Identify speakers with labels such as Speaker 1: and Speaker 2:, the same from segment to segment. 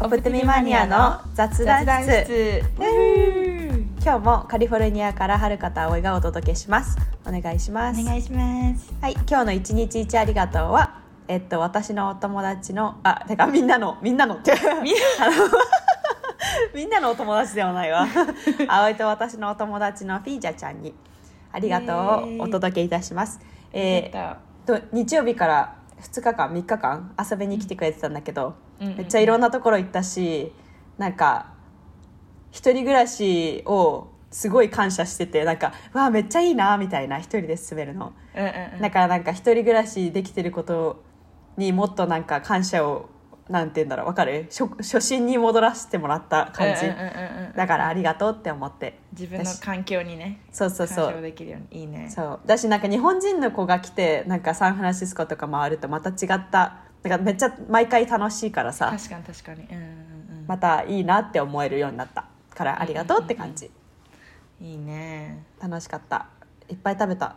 Speaker 1: オプティミマニアの雑談室今日もカリフォルニアからはるかと葵がお届けしますお願いします
Speaker 2: お願いします
Speaker 1: はい今日の一日一ありがとうはえっと私のお友達のあてかみんなのみんなのってあの みんなのお友達ではないわ葵と私のお友達のフィージャちゃんにありがとうをお届けいたします、えー、と日曜日から2日間3日間遊びに来てくれてたんだけど、めっちゃいろんなところ行ったしなんか一人暮らしをすごい感謝しててなんかわあめっちゃいいなみたいな一人で進めるの、
Speaker 2: うんうんうん
Speaker 1: だからなんか一人暮らしできてることにもっとなんか感謝をなんて言うんだろうわかる初初心に戻らせてもらった感じ、
Speaker 2: うんうんうんうん
Speaker 1: だからありがとうって思って
Speaker 2: 自分の環境にね
Speaker 1: そうそうそ
Speaker 2: 干渉
Speaker 1: う
Speaker 2: できるようにいいね
Speaker 1: そうだしなんか日本人の子が来てなんかサンフランシスコとか回るとまた違ったなんかめっちゃ毎回楽しいからさ
Speaker 2: 確かに確かにうんうんうん
Speaker 1: またいいなって思えるようになったからありがとうって感じ、
Speaker 2: いいね
Speaker 1: 楽しかったいっぱい食べた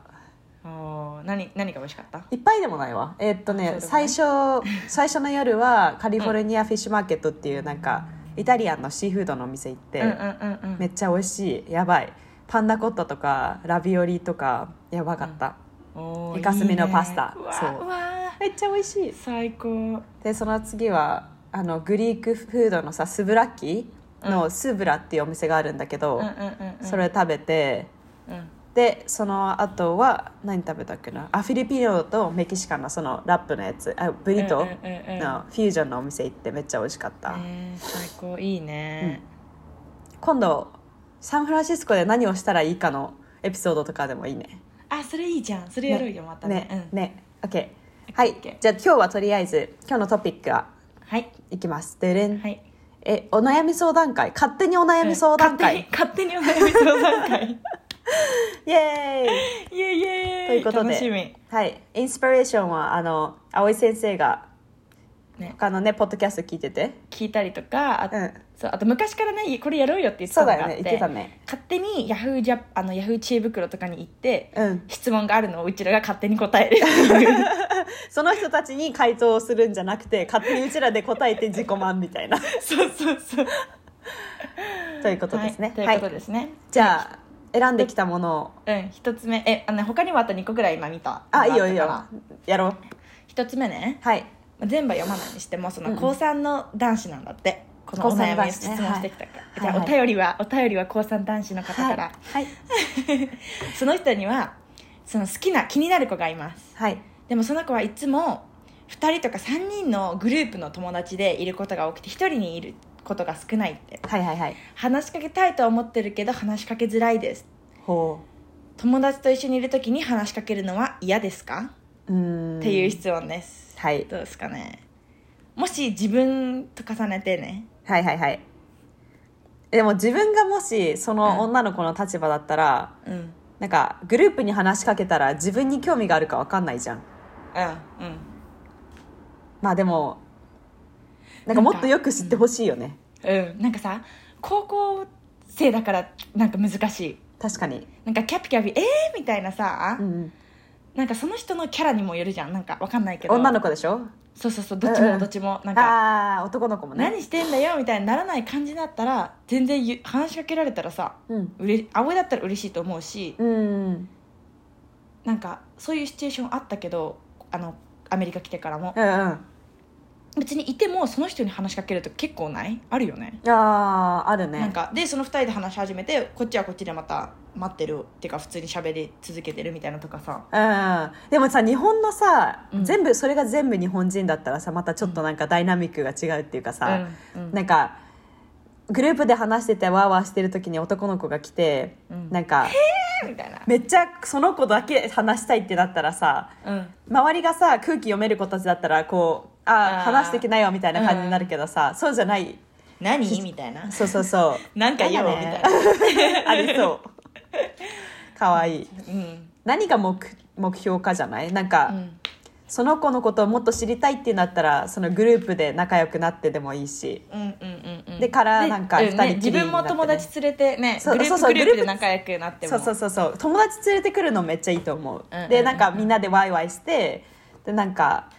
Speaker 2: おー何何が美味しかった
Speaker 1: いっぱいでもないわえーっとね
Speaker 2: そうでもな
Speaker 1: 最
Speaker 2: い
Speaker 1: 初最初の夜はカリフォルニアフィッシュマーケットっていうなんかイタリアンのシーフードのお店行って、
Speaker 2: うんうんうんうん
Speaker 1: めっちゃ美味しいやばいパンナコッタとかラビオリとかやばかった、
Speaker 2: おー
Speaker 1: イカスミの
Speaker 2: いいね
Speaker 1: パスタ
Speaker 2: うわ
Speaker 1: そう
Speaker 2: うわ
Speaker 1: めっちゃ美味しい
Speaker 2: 最高
Speaker 1: でその次はあのグリークフードのさスブラッキのスブラっていうお店があるんだけど、
Speaker 2: うんうんうんうん
Speaker 1: それ食べて
Speaker 2: うん
Speaker 1: でその後は何食べたっけなあフィリピノとメキシカンのそのラップのやつあブリト
Speaker 2: うんうんうんうん
Speaker 1: のフュージョンのお店行ってめっちゃ美味しかった、
Speaker 2: えー最高いいね
Speaker 1: 今度サンフランシスコで何をしたらいいかのエピソードとかでもいいね
Speaker 2: あそれいいじゃんそれやろうよまたね
Speaker 1: ね
Speaker 2: うん
Speaker 1: ね OK はい
Speaker 2: オッケー
Speaker 1: じゃあ今日はとりあえず今日のトピックは
Speaker 2: はい
Speaker 1: いきますでれん、
Speaker 2: はい
Speaker 1: えお悩み相談会勝手にお悩み相談会、
Speaker 2: 勝手に勝手にお悩み相談会
Speaker 1: イエーイ
Speaker 2: イエイイエイ
Speaker 1: ということで
Speaker 2: 楽しみ
Speaker 1: はい、インスピレーションはあの葵先生が
Speaker 2: ね
Speaker 1: 他のねポッドキャスト聞いてて、
Speaker 2: 聞いたりとかあ,、
Speaker 1: うん、
Speaker 2: そうあと昔からねこれやろうよって言って
Speaker 1: そ
Speaker 2: た
Speaker 1: う
Speaker 2: の
Speaker 1: だ
Speaker 2: があ
Speaker 1: よ
Speaker 2: っ
Speaker 1: ね
Speaker 2: て
Speaker 1: 言ってたね
Speaker 2: 勝手にヤフージャあのヤフー知恵袋とかに行って、
Speaker 1: うん
Speaker 2: 質問があるのをうちらが勝手に答えるっ ていう
Speaker 1: その人たちに回答をするんじゃなくて勝手にうちらで答えて自己満みた いな
Speaker 2: そうそうそう
Speaker 1: ということですね
Speaker 2: はい、ということですね、
Speaker 1: じゃあ選んできたものを
Speaker 2: うん一つ目えあの他にもあと2個ぐらい今見た
Speaker 1: あいいよいい
Speaker 2: のが
Speaker 1: よ
Speaker 2: あったから
Speaker 1: やろう
Speaker 2: 一つ目ね
Speaker 1: はい
Speaker 2: まあ全部は読まないにしてもそ
Speaker 1: うんう
Speaker 2: の
Speaker 1: ん
Speaker 2: 高3の男子なんだって、このお
Speaker 1: 高三
Speaker 2: 悩み
Speaker 1: 男
Speaker 2: を
Speaker 1: 子
Speaker 2: 質
Speaker 1: ね
Speaker 2: 問してきたから、
Speaker 1: はい
Speaker 2: じゃあ
Speaker 1: はい
Speaker 2: お便りはお便りは高3男子の方
Speaker 1: は
Speaker 2: か
Speaker 1: い
Speaker 2: ら、
Speaker 1: はい
Speaker 2: その人にはその好きな気になる子がいます
Speaker 1: はい
Speaker 2: でもその子はいつも2人とか3人のグループの友達でいることが多くて1人にいることが少ないって
Speaker 1: はいはいはい
Speaker 2: 話しかけたいとは思ってるけど話しかけづらいです
Speaker 1: ほ
Speaker 2: 友達と一緒にいる時に話しかけるのは嫌ですか、
Speaker 1: ううーん
Speaker 2: っていう質問です
Speaker 1: はい
Speaker 2: どうですかねもし自分と重ねてね
Speaker 1: はいはいはいでも自分がもしその女の子の立場だったら、
Speaker 2: うんうん
Speaker 1: なんかグループに話しかけたら自分に興味があるかわかんないじゃん
Speaker 2: うん
Speaker 1: まあでもなんかもっとよく知ってほしいよね
Speaker 2: うんなんかさ高校生だからなんか難しい
Speaker 1: 確かに、
Speaker 2: なんかキャピキャピ「えー!」みたいなさ、
Speaker 1: うんうん、
Speaker 2: なんかその人のキャラにもよるじゃんなんかわかんないけど
Speaker 1: 女の子でしょ
Speaker 2: そうそうそうどっち
Speaker 1: うんうん
Speaker 2: もどっちもなんか
Speaker 1: ああー男の子もね
Speaker 2: 何してんだよみたいにならない感じだったら全然ゆ話しかけられたらさ
Speaker 1: うん
Speaker 2: うれ葵だったら嬉しいと思うし
Speaker 1: うん
Speaker 2: なんかそういうシチュエーションあったけどあのアメリカ来てからも
Speaker 1: うんうん
Speaker 2: 別にいてもその人に話しかけると結構ないあるよね
Speaker 1: あーあるね
Speaker 2: なんかでその2人で話し始めてこっちはこっちでまた待ってるっていうか普通に喋り続けてるみたいなとかさ
Speaker 1: うん、でもさ日本のさ、
Speaker 2: うん
Speaker 1: 全部それが全部日本人だったらさまたちょっとなんかダイナミックが違うっていうかさ、
Speaker 2: うんうん
Speaker 1: なんかグループで話しててワーワーしてる時に男の子が来て、
Speaker 2: うん
Speaker 1: なんか
Speaker 2: みたいな、
Speaker 1: めっちゃその子だけ話したいってなったらさ
Speaker 2: うん、
Speaker 1: 周りがさ空気読める子たちだったらこうああ
Speaker 2: あー
Speaker 1: 話してきなよみたいな感じになるけどさ、そうじゃない
Speaker 2: 何みた いな
Speaker 1: そうそうそ
Speaker 2: なんか言おうみたいな、
Speaker 1: うありそうかわいい
Speaker 2: うん
Speaker 1: 何が目目標かじゃないなんか、
Speaker 2: うん
Speaker 1: その子のことをもっと知りたいってなったらそのグループで仲良くなってでもいいし
Speaker 2: うんうんうんうん
Speaker 1: でからなんか
Speaker 2: で
Speaker 1: 二人き
Speaker 2: ね
Speaker 1: りになってね
Speaker 2: 自分も友達連れてね
Speaker 1: そ
Speaker 2: グ
Speaker 1: う
Speaker 2: ル
Speaker 1: そう
Speaker 2: ー
Speaker 1: そ
Speaker 2: プ
Speaker 1: う
Speaker 2: グループ
Speaker 1: グルー
Speaker 2: で
Speaker 1: プ
Speaker 2: 仲良くなって
Speaker 1: そ
Speaker 2: も
Speaker 1: うそうそうそう友達連れてくるのめっちゃいいと思う,、
Speaker 2: うんうんうん
Speaker 1: でなんかみんなでワイワイしてでなんか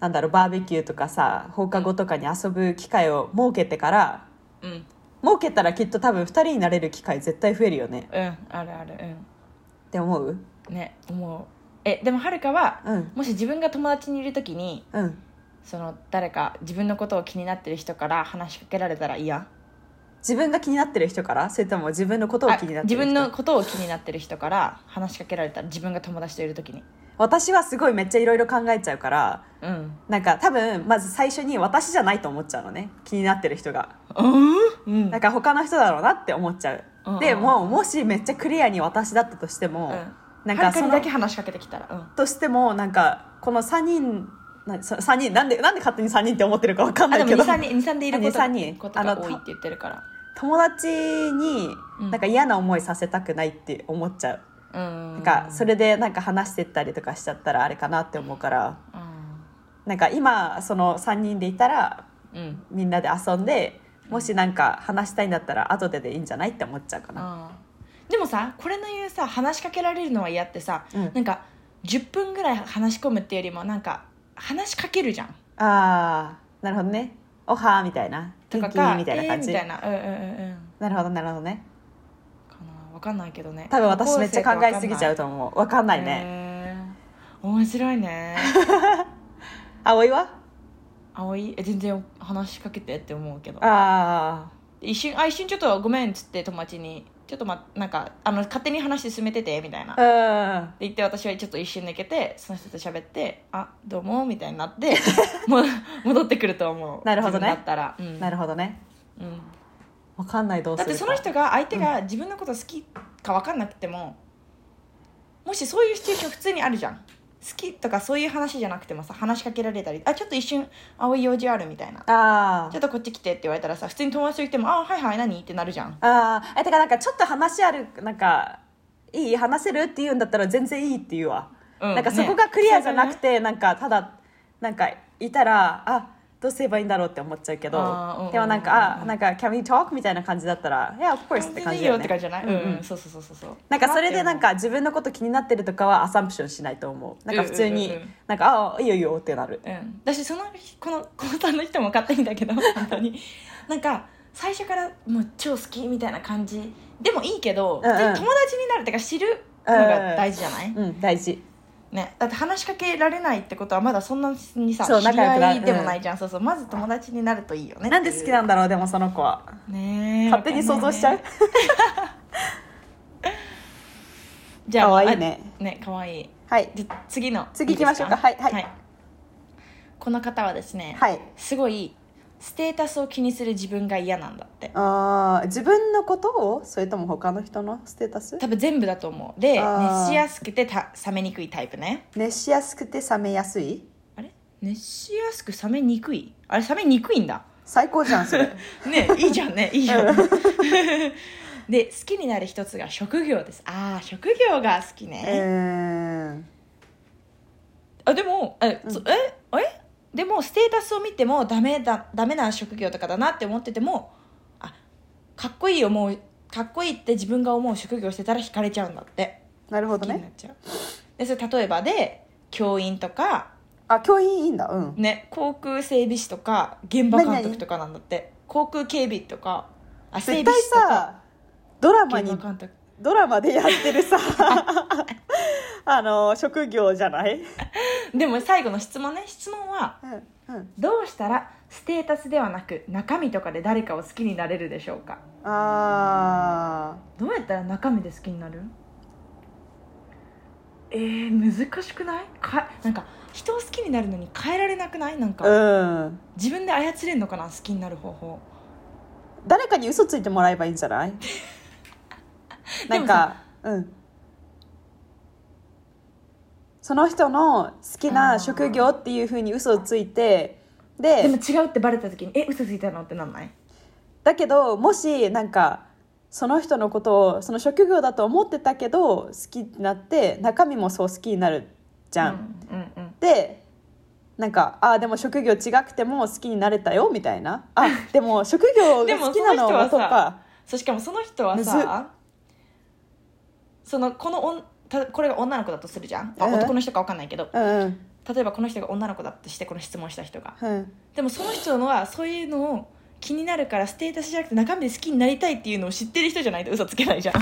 Speaker 1: なんだろうバーベキューとかさ放課後とかに遊ぶ機会を設けてから
Speaker 2: うん
Speaker 1: 設けたらきっと多分2人になれる機会絶対増えるよね
Speaker 2: うんあるある
Speaker 1: って思う
Speaker 2: うんね思うえでもはるかは
Speaker 1: うん
Speaker 2: もし自分が友達にいる時に
Speaker 1: うん
Speaker 2: その誰か自分のことを気になってる人から話しかけられたら嫌
Speaker 1: 自分が気になってる人からそれとも自分のことを気にな
Speaker 2: あ
Speaker 1: って
Speaker 2: 自
Speaker 1: る人
Speaker 2: 分のことを気になってる人から話しかけられたら自分が友達といる時に
Speaker 1: 私はすごいめっちゃいろいろ考えちゃうから
Speaker 2: うん
Speaker 1: なんか多分まず最初に私じゃないと思っちゃうのね気になってる人が
Speaker 2: うん
Speaker 1: なんか他の人だろうなって思っちゃう、
Speaker 2: うんうん
Speaker 1: でもうもしめっちゃクリアに私だったとしても、な
Speaker 2: な
Speaker 1: んん
Speaker 2: か
Speaker 1: か
Speaker 2: そ
Speaker 1: そ
Speaker 2: れ
Speaker 1: の
Speaker 2: だけ話しかけてきたらうん
Speaker 1: としてもなんかこの3人なそ3人なんでなんで勝手に3人って思ってるかわかんな
Speaker 2: あで
Speaker 1: い
Speaker 2: も
Speaker 1: けど
Speaker 2: 23人23でいること
Speaker 1: あ23人
Speaker 2: ことが
Speaker 1: あの
Speaker 2: 多いって言ってるから
Speaker 1: 友達に
Speaker 2: うん
Speaker 1: なんか嫌な思いさせたくないって思っちゃう、
Speaker 2: うん
Speaker 1: なんかそれでなんか話してったりとかしちゃったらあれかなって思うから
Speaker 2: う
Speaker 1: なんか今その3人でいたら
Speaker 2: んうん
Speaker 1: みんなで遊んでもしなんか話したいんだったら後ででいいんじゃないって思っちゃうかな、
Speaker 2: あーでもさこれの言うさ話しかけられるのは嫌ってさ
Speaker 1: うん
Speaker 2: なんか10分ぐらい話し込むっていうよりもなんか話しかけるじゃん
Speaker 1: あーなるほどねおはーみたいな
Speaker 2: とか
Speaker 1: 元気
Speaker 2: か
Speaker 1: みたいな感じ、
Speaker 2: えーみたいなうんうんうんうん
Speaker 1: なるほどなるほどね
Speaker 2: かな分かんないけどね
Speaker 1: 多分私めっちゃ考えすぎちゃう
Speaker 2: と
Speaker 1: と思うわかんないね、
Speaker 2: 面白いね
Speaker 1: 葵は
Speaker 2: 葵え全然話しかけてって思うけど
Speaker 1: あ
Speaker 2: 一瞬あ一瞬ちょっとごめんっつって友達にちょっとまなんかあの勝手に話進めててみたいな、
Speaker 1: あうん
Speaker 2: で言って私はちょっと一瞬抜けてその人と喋って「あどうも」みたいになって もう戻ってくると思う
Speaker 1: なるほどね
Speaker 2: 自分だったら、うん
Speaker 1: なるほどね
Speaker 2: うん
Speaker 1: わかんないどうす
Speaker 2: だっ
Speaker 1: るか
Speaker 2: てその人が相手が自分のこと好きか分かんなくても、もしそういうシチュエーション普通にあるじゃん好きとかそういう話じゃなくてもさ話しかけられたり「あちょっと一瞬青い用事ある」みたいな「
Speaker 1: あ
Speaker 2: ち
Speaker 1: ー
Speaker 2: ょっとこっち来て」って言われたらさ普通に友達と言っても「あはいはい何?」ってなるじゃん
Speaker 1: あーえてかなんかちょっと話あるなんかいい話せるって言うんだったら全然いいって言うわ、
Speaker 2: うん
Speaker 1: なんかそこがクリアじゃなくて、なんかただなんかいたらあどうすればいいんだろうって思っちゃうけ
Speaker 2: あーうんうんうんう
Speaker 1: ど
Speaker 2: ん
Speaker 1: でもなんかあなんか「Can we talk?」みたいな感じだったら「Yeah of course」って感じ
Speaker 2: いい
Speaker 1: だ
Speaker 2: よ
Speaker 1: よ
Speaker 2: って感
Speaker 1: ね
Speaker 2: じじゃない、う
Speaker 1: うんん
Speaker 2: う
Speaker 1: うんん
Speaker 2: そうそうそうそうそう
Speaker 1: なんかそれでなんか自分のこと気になってるとかはアサンプションしないと思うなんか普通に
Speaker 2: うんうんうんうん
Speaker 1: なんか「ああいいよいいよ」ってなる
Speaker 2: うんだしそのこの高3の人も勝手にだけど本当 になんか最初からもう超好きみたいな感じでもいいけど、
Speaker 1: うんうん
Speaker 2: 普通に友達になるっていうか知るのが大事じゃない、
Speaker 1: うん大事
Speaker 2: ね、だって話しかけられないってことはまだそんなにさ
Speaker 1: そう
Speaker 2: 知り
Speaker 1: 仲良く
Speaker 2: 合
Speaker 1: ない
Speaker 2: でもないじゃん、そうそうまず友達になるといいよね
Speaker 1: なんで好きなんだろうでもその子は
Speaker 2: ねえ
Speaker 1: 勝手に想像しちゃう
Speaker 2: わかんないねじゃあ
Speaker 1: 可愛いね
Speaker 2: あね可愛い
Speaker 1: はい
Speaker 2: じゃあ次の
Speaker 1: 次行きましょうか
Speaker 2: いいです
Speaker 1: はいはい
Speaker 2: この方はですね、
Speaker 1: はい
Speaker 2: すごいステータスを気にする自分が嫌なんだって
Speaker 1: あー自分のことをそれとも他の人のステータス
Speaker 2: 多分全部だと思うで
Speaker 1: あー
Speaker 2: 熱しやすくてた冷めにくいタイプね
Speaker 1: 熱しやすくて冷めやすい
Speaker 2: あれ熱しやすく冷めにくいあれ冷めにくいんだ
Speaker 1: 最高じゃんそれ
Speaker 2: ねいいじ ゃんねいいじゃんで好きになる一つが職業ですああ職業が好きね、
Speaker 1: うーん
Speaker 2: あでもえ、そええでもステータスを見てもダメだダメな職業とかだなって思っててもあかっこいい思うかっこいいって自分が思う職業してたら惹かれちゃうんだって
Speaker 1: なるほ
Speaker 2: 好
Speaker 1: ど
Speaker 2: きにな
Speaker 1: ね
Speaker 2: っちゃうでそれ例えばで教員とか、
Speaker 1: あ教員いいんだうん
Speaker 2: ね、航空整備士とか現場監督とかなんだって航空警備とかあ整
Speaker 1: 絶
Speaker 2: 備
Speaker 1: 対
Speaker 2: 士とか
Speaker 1: さドラマ
Speaker 2: 現
Speaker 1: に
Speaker 2: 場監督
Speaker 1: ドラマでやってるさ あの職業じゃない、
Speaker 2: でも最後の質問ね質問は
Speaker 1: うんうん、
Speaker 2: どうしたらステータスではなく中身とかで誰かを好きになれるでしょうか
Speaker 1: あ
Speaker 2: どうやったら中身で好きになるえー、難しくないかなんか人を好きになるのに変えられなくないなんか、
Speaker 1: ーうん
Speaker 2: 自分で操れんのかな好きになる方法
Speaker 1: 誰かに嘘ついてもらえばいいんじゃ ないなんかうんその人の好きな職業っていうふうに嘘をついて
Speaker 2: でも
Speaker 1: で
Speaker 2: 違うってバレた時にえ嘘ついたのってなんない
Speaker 1: だけどもしなんかその人のことをその職業だと思ってたけど好きになって中身もそう好きになるじゃん。
Speaker 2: うんうんうん
Speaker 1: でなんかあーでも職業違くても好きになれたよみたいな あでも職業
Speaker 2: で
Speaker 1: が
Speaker 2: も
Speaker 1: 好きなの
Speaker 2: その人
Speaker 1: と
Speaker 2: はさ
Speaker 1: か
Speaker 2: そうしかもその人はさそのこのおんたこれが女の子だとするじゃん、あ
Speaker 1: うん
Speaker 2: 男の人か分かんないけど
Speaker 1: うんうん
Speaker 2: 例えばこの人が女の子だとしてこの質問した人が
Speaker 1: うん
Speaker 2: でもその人のはそういうのを気になるからステータスじゃなくて中身で好きになりたいっていうのを知ってる人じゃないと嘘つけないじゃん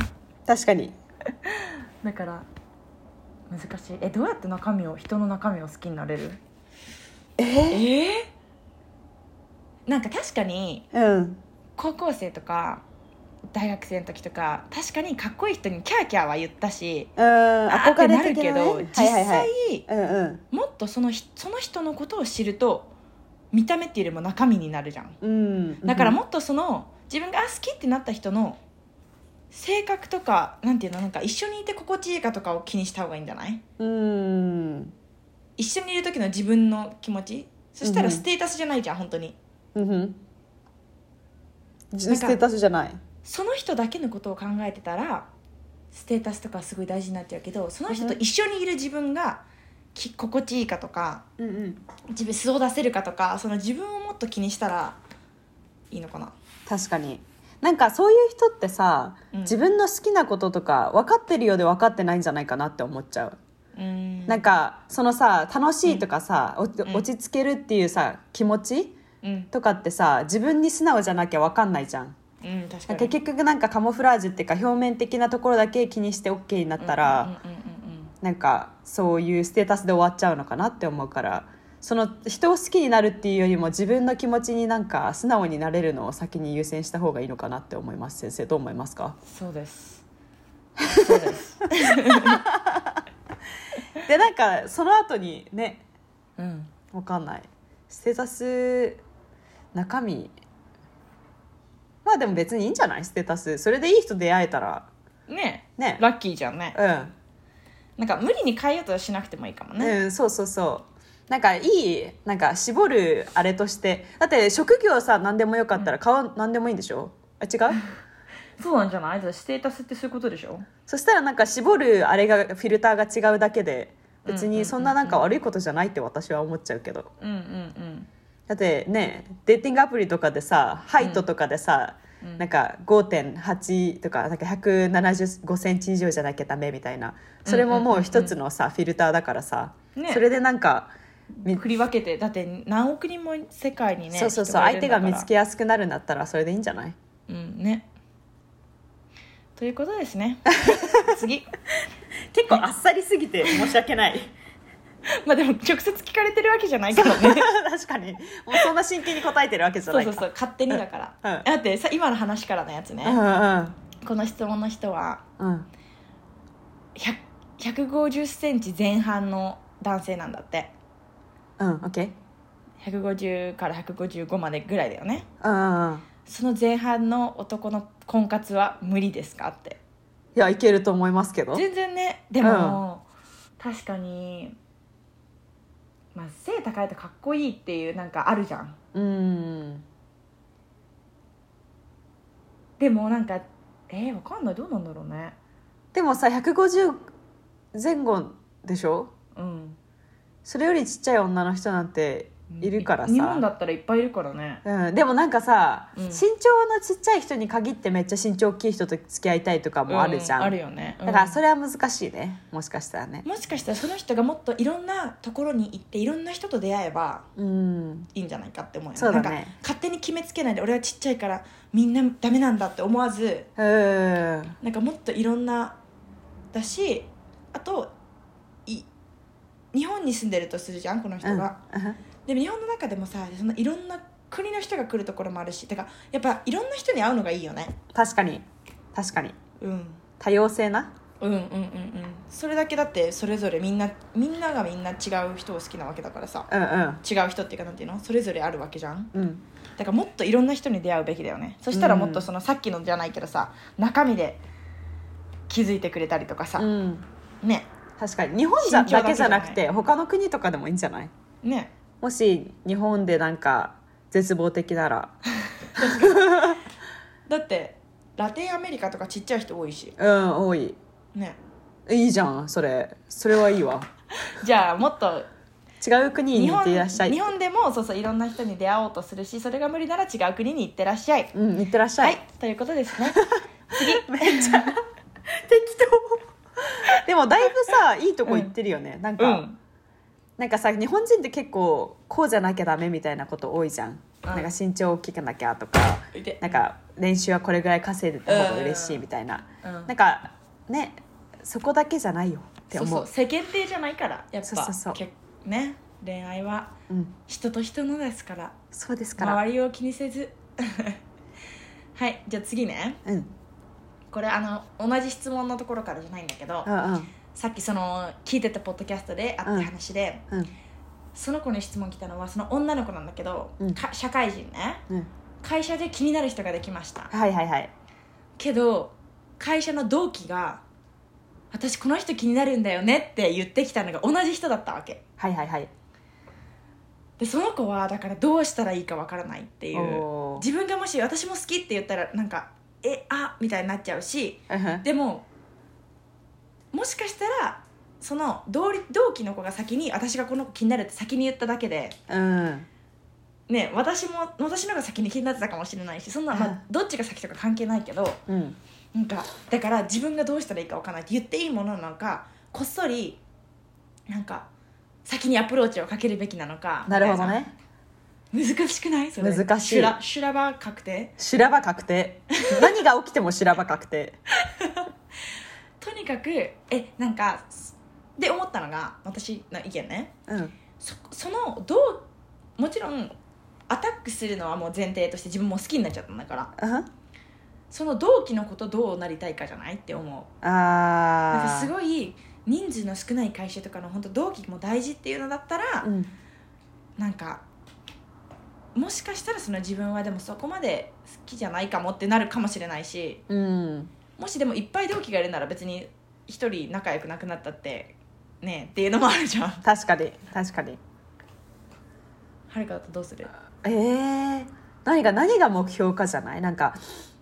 Speaker 1: 確かに
Speaker 2: だから難しいえどうやって中身を人の中身を好きになれる
Speaker 1: え
Speaker 2: ええなんか確かに
Speaker 1: うん
Speaker 2: 高校生とか大学生の時とか確かにかっこいい人にキャーキャーは言ったし
Speaker 1: うん憧
Speaker 2: あーってな
Speaker 1: れ
Speaker 2: る
Speaker 1: 的
Speaker 2: け
Speaker 1: なね
Speaker 2: ど、実
Speaker 1: はいはいは
Speaker 2: 際
Speaker 1: いうんうん
Speaker 2: もっとそのひその人のことを知ると見た目っていうよりも中身になるじゃん
Speaker 1: うん、
Speaker 2: だから
Speaker 1: うん
Speaker 2: もっとその自分があ好きってなった人の性格とかなんていうのなんか一緒にいて心地いいかとかを気にした方がいいんじゃない
Speaker 1: うん
Speaker 2: 一緒にいる時の自分の気持ちそした
Speaker 1: うんう
Speaker 2: ら
Speaker 1: ん
Speaker 2: ステータスじゃないじゃん本当に
Speaker 1: うんうん
Speaker 2: なん
Speaker 1: ス
Speaker 2: か
Speaker 1: テータスじゃない
Speaker 2: その人だけのことを考えてたらステータスとかすごい大事になっちゃうけどその人と一緒にいる自分がき心地いいかとか
Speaker 1: うんうん
Speaker 2: 自分素を出せるかとかその自分をもっと気にしたらいいのかな、
Speaker 1: 確かになんかそういう人ってさ、
Speaker 2: うん
Speaker 1: 自分の好きなこととか分かってるようで分かってないんじゃないかなって思っちゃう
Speaker 2: うん
Speaker 1: なんかそのさ楽しいとかさ、お
Speaker 2: ん
Speaker 1: 落ち着けるっていうさ気持ち
Speaker 2: うん
Speaker 1: とかってさ自分に素直じゃなきゃ分かんないじゃん
Speaker 2: うん確
Speaker 1: な
Speaker 2: か
Speaker 1: ん
Speaker 2: に
Speaker 1: か結局なんかカモフラージュっていうか表面的なところだけ気にして OK になったら、
Speaker 2: うんうんうんうん
Speaker 1: なんかそういうステータスで終わっちゃうのかなって思うからその人を好きになるっていうよりも自分の気持ちになんか素直になれるのを先に優先した方がいいのかなって思います先生どう思いますか
Speaker 2: そうですそうです
Speaker 1: でなんかその後にね
Speaker 2: うん
Speaker 1: わかんないステータス中身まあでも別にいいんじゃないステータスそれでいい人出会えたら
Speaker 2: ね
Speaker 1: ね
Speaker 2: ラッキーじゃんね
Speaker 1: うん
Speaker 2: なんか無理に変えようとはしなくてもいいかもね、
Speaker 1: うん、そうそうそうなんかいいなんか絞るあれとしてだって職業さ何でもよかったら顔何でもいいんでしょあ違 う
Speaker 2: そうなんじゃないだってステータスってそういうことでしょ
Speaker 1: そしたらなんか絞るあれがフィルターが違うだけで別
Speaker 2: うんうんうんう
Speaker 1: に
Speaker 2: ん
Speaker 1: そんななんか悪いことじゃないって私は思っちゃうけど
Speaker 2: うんうんうん
Speaker 1: だってねデーティングアプリとかでさハイトとかでさ、
Speaker 2: うん
Speaker 1: なんか5.8とかなんか175センチ以上じゃなきゃダメみたいなそれももう一つのさ、フィルターだからさ、
Speaker 2: ね
Speaker 1: それでなんかみ
Speaker 2: 振り分けてだって何億人も世界にね
Speaker 1: そうそうそう相
Speaker 2: 人いるん
Speaker 1: 手
Speaker 2: だ
Speaker 1: が
Speaker 2: から
Speaker 1: 見つけやすくなるんだったらそれでいいんじゃない
Speaker 2: うんねということですね 次
Speaker 1: 結構あっさりすぎて申し訳ない
Speaker 2: まあでも直接聞かれてるわけじゃないからね
Speaker 1: 確かにもうそんな真剣に答えてるわけじゃ
Speaker 2: そ
Speaker 1: な
Speaker 2: う
Speaker 1: い
Speaker 2: そ
Speaker 1: か
Speaker 2: うそう勝手にだから、
Speaker 1: うん
Speaker 2: だってさ今の話からのやつね、
Speaker 1: う
Speaker 2: この質問の人は
Speaker 1: んうんうん
Speaker 2: 1 5 0ンチ前半の男性なんだって
Speaker 1: うんオッケー
Speaker 2: 150から155までぐらいだよね
Speaker 1: うんうんうん
Speaker 2: その前半の男の婚活は無理ですかって
Speaker 1: いやいけると思いますけど
Speaker 2: 全然ねでも、確かに、まあ、背高いとかっこいいっていうなんかあるじゃん
Speaker 1: うん
Speaker 2: でもなんかえー、わかんないどうなんだろうね
Speaker 1: でもさ150前後でしょ
Speaker 2: うん
Speaker 1: それよりちっちゃい女の人なんているからさ
Speaker 2: 日本だったらいっぱいいるからね
Speaker 1: うん、でもなんかさ、
Speaker 2: うん
Speaker 1: 身長のちっちゃい人に限ってめっちゃ身長大きい人と付き合いたいとかもあるじゃん、
Speaker 2: うあるよね、
Speaker 1: だから
Speaker 2: うん
Speaker 1: それは難しいねもしかしたらね
Speaker 2: もしかしたらその人がもっといろんなところに行っていろんな人と出会えば
Speaker 1: うん
Speaker 2: いいんじゃないかって思うよ、
Speaker 1: そうだね
Speaker 2: なんか勝手に決めつけないで俺はちっちゃいからみんなダメなんだって思わず
Speaker 1: うん
Speaker 2: なんかもっといろんなだしあとい日本に住んでるとするじゃんこの人
Speaker 1: うん
Speaker 2: が、でも日本の中でもさそのいろんな国の人が来るところもあるしだからやっぱいろんな人に会うのがいいよね
Speaker 1: 確かに確かに
Speaker 2: うん
Speaker 1: 多様性な
Speaker 2: うんうんうんうんそれだけだってそれぞれみんなみんながみんな違う人を好きなわけだからさ
Speaker 1: うんうん
Speaker 2: 違う人っていうかなんていうのそれぞれあるわけじゃん
Speaker 1: うん
Speaker 2: だからもっといろんな人に出会うべきだよねそしたらもっとそのさっきのじゃないけどさ中身で気づいてくれたりとかさ、
Speaker 1: うん
Speaker 2: ね
Speaker 1: 確かに日本じゃ
Speaker 2: 身長
Speaker 1: だ
Speaker 2: だけ
Speaker 1: け
Speaker 2: じ
Speaker 1: じ
Speaker 2: ゃ
Speaker 1: ゃ
Speaker 2: ない
Speaker 1: なくて他の国とかでもいいんじゃない
Speaker 2: ね
Speaker 1: もし日本でなんか絶望的なら
Speaker 2: だってラテンアメリカとかちっちゃい人多いし
Speaker 1: うん多い
Speaker 2: ね
Speaker 1: いいじゃんそれそれはいいわ
Speaker 2: じゃあもっと
Speaker 1: 違う国に
Speaker 2: 日
Speaker 1: 行っ
Speaker 2: 本
Speaker 1: ていらっしゃい
Speaker 2: 日本でもそうそういろんな人に出会おうとするしそれが無理なら違う国に行ってらっしゃい
Speaker 1: うん行ってらっしゃ、
Speaker 2: はいい ということですね
Speaker 1: めっちゃ適当でもだいぶさいいとこ行ってるよね、なん
Speaker 2: う
Speaker 1: か、
Speaker 2: ん
Speaker 1: なんかさ日本人って結構こうじゃなきゃダメみたいなこと多いじゃん、なんか身長大きくなきゃとか
Speaker 2: いて
Speaker 1: なんか練習はこれぐらい稼いでた方が嬉しいみたいな、
Speaker 2: うんうん
Speaker 1: なんかねそこだけじゃないよって
Speaker 2: そう
Speaker 1: 思う
Speaker 2: そう世間体じゃないからやっぱ
Speaker 1: そうそうそう
Speaker 2: けね恋愛は
Speaker 1: うん、
Speaker 2: 人と人のですから
Speaker 1: そうですから、
Speaker 2: 周りを気にせず はいじゃあ次ね
Speaker 1: うん、うん
Speaker 2: これあの同じ質問のところからじゃないんだけど
Speaker 1: うん
Speaker 2: さっきその聞いてたポッドキャストであった話で、
Speaker 1: うん
Speaker 2: その子に質問来たのはその女の子なんだけど、
Speaker 1: うん
Speaker 2: か社会人ね
Speaker 1: うん
Speaker 2: 会社で気になる人ができました
Speaker 1: はいはいはい
Speaker 2: けど会社の同期が「私この人気になるんだよね」って言ってきたのが同じ人だったわけ
Speaker 1: はいはいはい
Speaker 2: でその子はだからどうしたらいいかわからないっていう
Speaker 1: おー
Speaker 2: 自分がもし「私も好き」って言ったらなんか「えあみたいになっちゃうし
Speaker 1: うんうん
Speaker 2: でももしかしたらその同り同期の子が先に私がこの子気になるって先に言っただけで、
Speaker 1: うん
Speaker 2: ね、私も私の方が先に気になってたかもしれないしそんな、ま
Speaker 1: うん
Speaker 2: あ、どっちが先とか関係ないけど
Speaker 1: うん
Speaker 2: なんかだから自分がどうしたらいいかわからないって言っていいものなのかこっそりなんか先にアプローチをかけるべきなのか
Speaker 1: なるほどね
Speaker 2: みたいな難しくないそれ
Speaker 1: 難しい
Speaker 2: 修羅修羅場確定
Speaker 1: 修羅場確定何が起きても修羅場確定
Speaker 2: とにかくえなんかで思ったのが私の意見ね
Speaker 1: うん
Speaker 2: そそのどうもちろんアタックするのはもう前提として自分も好きになっちゃったんだから
Speaker 1: うん
Speaker 2: その同期のことどうなりたいかじゃないって思う
Speaker 1: あ
Speaker 2: なんかす
Speaker 1: い
Speaker 2: ごい人数の少ない会社とかの本当同期も大事っていうのだったら、
Speaker 1: うん
Speaker 2: なんかもしかしたらその自分はでもそこまで好きじゃないかもってなるかもしれないし
Speaker 1: うん
Speaker 2: もしでもいっぱい同期がいるなら別に一人仲良くなくなったってねっていうのもあるじゃんは
Speaker 1: 確かに確かに
Speaker 2: るかだとどうする
Speaker 1: えー、何が何が目標かじゃないなんか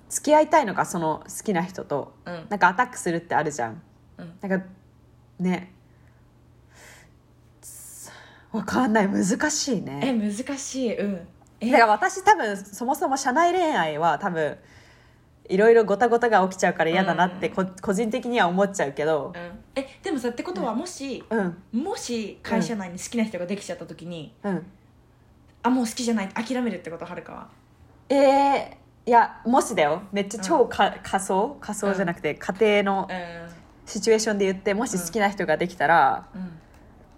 Speaker 1: 付き合いたいのかその好きな人と
Speaker 2: うん
Speaker 1: なんかアタックするってあるじゃん
Speaker 2: うん
Speaker 1: なんかねわかんない難しい
Speaker 2: え
Speaker 1: ね
Speaker 2: 難しいうんえ
Speaker 1: だから私多分そもそも社内恋愛は多分いろいろごたごたが起きちゃうから嫌だなってこ、個人的には思っちゃうけど
Speaker 2: うんえでもさってことはもし、
Speaker 1: うん
Speaker 2: もし会社内に好きな人ができちゃった時に、
Speaker 1: うん
Speaker 2: あもう好きじゃないって諦めるってことはるかは
Speaker 1: えー、いやもしだよめっちゃ超か、仮想仮想じゃなくて家庭の
Speaker 2: う
Speaker 1: シチュエーションで言ってもし好きな人ができたら、
Speaker 2: んうん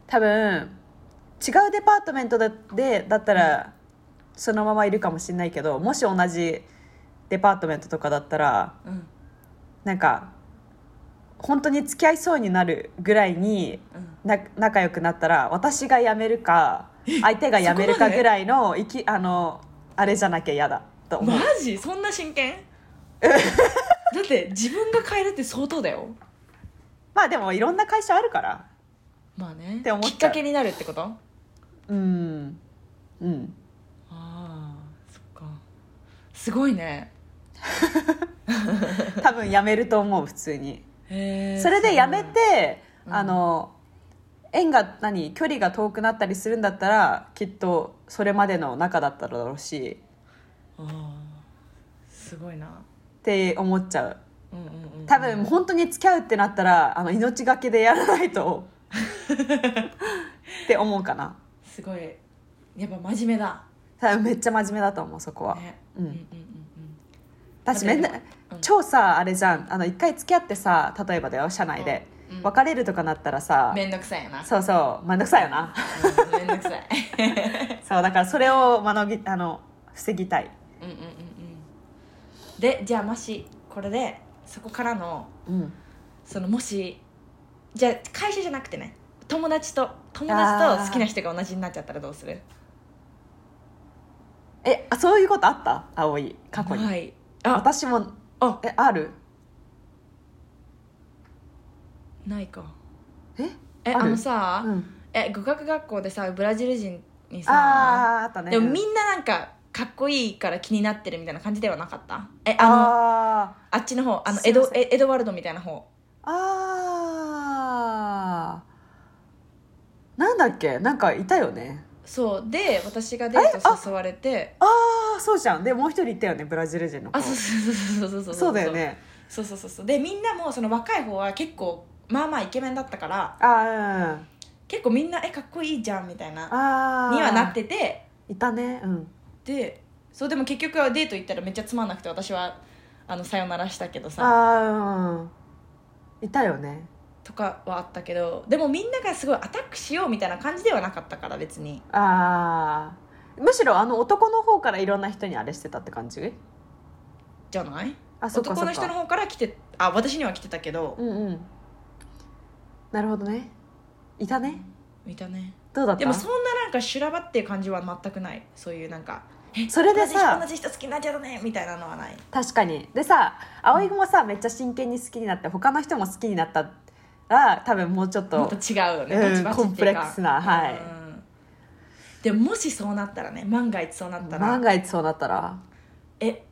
Speaker 1: 多分違うデパートメントだでだったらそのままいるかもしれないけどもし同じデパートメントとかだったら
Speaker 2: うん
Speaker 1: なんか本当に付き合いそうになるぐらいに
Speaker 2: うん
Speaker 1: な仲良くなったら私が辞めるか相手が辞めるかぐらいのいきあのあれじゃなきゃ嫌だと思う
Speaker 2: マジそんな真 剣だって自分が変えるって相当だよ
Speaker 1: まあでもいろんな会社あるから
Speaker 2: まあね
Speaker 1: って思っちゃう
Speaker 2: きっかけになるってことあ
Speaker 1: うんうん
Speaker 2: あそっかすごいね
Speaker 1: 多分辞めると思う普通に。
Speaker 2: へえ
Speaker 1: それでやめて、
Speaker 2: うん
Speaker 1: あの縁が何距離が遠くなったりするんだったらきっとそれまでの仲だっただろうし
Speaker 2: ああすごいな
Speaker 1: って思っちゃう
Speaker 2: うんうんうん
Speaker 1: 多分本当に付き合うってなったらあの命がけでやらない とって思うかな
Speaker 2: すごいやっぱ真面目だ
Speaker 1: 多分めっちゃ真面目だと思うそこは、
Speaker 2: ね
Speaker 1: うん
Speaker 2: うんうん
Speaker 1: 私めんな
Speaker 2: だってうん
Speaker 1: 超さあれじゃんあの一回付き合ってさ例えばだよ社内で、
Speaker 2: うんうん
Speaker 1: 別れるとかなったらさ
Speaker 2: うんめんどくさいよな
Speaker 1: そうそう面倒くさいよな
Speaker 2: うんめんどくさい
Speaker 1: そうだからそれを免ぎあの防ぎたい、
Speaker 2: うんうんうんうんでじゃあもしこれでそこからの
Speaker 1: うん、
Speaker 2: そのもしじゃあ会社じゃなくてね友達と友達と好きな人が同じになっちゃったらどうする
Speaker 1: えあそういうことあった葵過去に、
Speaker 2: はいあ
Speaker 1: 私も
Speaker 2: あ
Speaker 1: えある
Speaker 2: ないか
Speaker 1: え
Speaker 2: え
Speaker 1: あ
Speaker 2: あ
Speaker 1: る
Speaker 2: のさ、
Speaker 1: うん、
Speaker 2: え語学学校でさブラジル人にさ
Speaker 1: あーあったね
Speaker 2: でもみ
Speaker 1: なん
Speaker 2: ななんかかっこいいから気になってるみたいな感じではなかったえあのあ
Speaker 1: あ
Speaker 2: っちの方あの
Speaker 1: す
Speaker 2: エ
Speaker 1: いま
Speaker 2: ド
Speaker 1: せん
Speaker 2: エエドワルドみたいな方
Speaker 1: ーあーなんだっけなんかいたよね
Speaker 2: そうで私がデー
Speaker 1: あ
Speaker 2: ト誘われて
Speaker 1: ああそうじゃんでもう一人いたよねブラジル人の子
Speaker 2: あそうそうそうそうそうそう
Speaker 1: そうだよね
Speaker 2: そうそうそうそうでみんなもその若い方は結構まあまあイケメンだったから
Speaker 1: あ
Speaker 2: 結構みんな「えかっこいいじゃん」みたいな
Speaker 1: あー
Speaker 2: にはなってて
Speaker 1: いたねうん
Speaker 2: でそうでも結局はデート行ったらめっちゃつまんなくて私はあのさよならしたけどさ
Speaker 1: ああうんいたよね
Speaker 2: とかはあったけどでもみんながすごいアタックしようみたいな感じではなかったから別に
Speaker 1: ああむしろあの男の方からいろんな人にあれしてたって感じ
Speaker 2: じゃない
Speaker 1: あそっかそ
Speaker 2: 男
Speaker 1: っか
Speaker 2: の人の方から来てあ私には来てたけど、
Speaker 1: うんうんなるほどねいたね
Speaker 2: 見たね
Speaker 1: どうだった
Speaker 2: でもそんななんか修羅場っていう感じは全くないそういうなんかえ
Speaker 1: それでさ
Speaker 2: 同じ人同じ人好きになっちゃったねみたいなのはない
Speaker 1: 確かにでさ葵もさめっちゃ真剣に好きになって他の人も好きになったら多分もうちょっ
Speaker 2: もっ
Speaker 1: と
Speaker 2: と違うよね、
Speaker 1: うん
Speaker 2: バチバチっていうか
Speaker 1: コンプレックスなはい
Speaker 2: うんでももしそうなったらね万が一そうなったら
Speaker 1: 万が一そうなったら
Speaker 2: え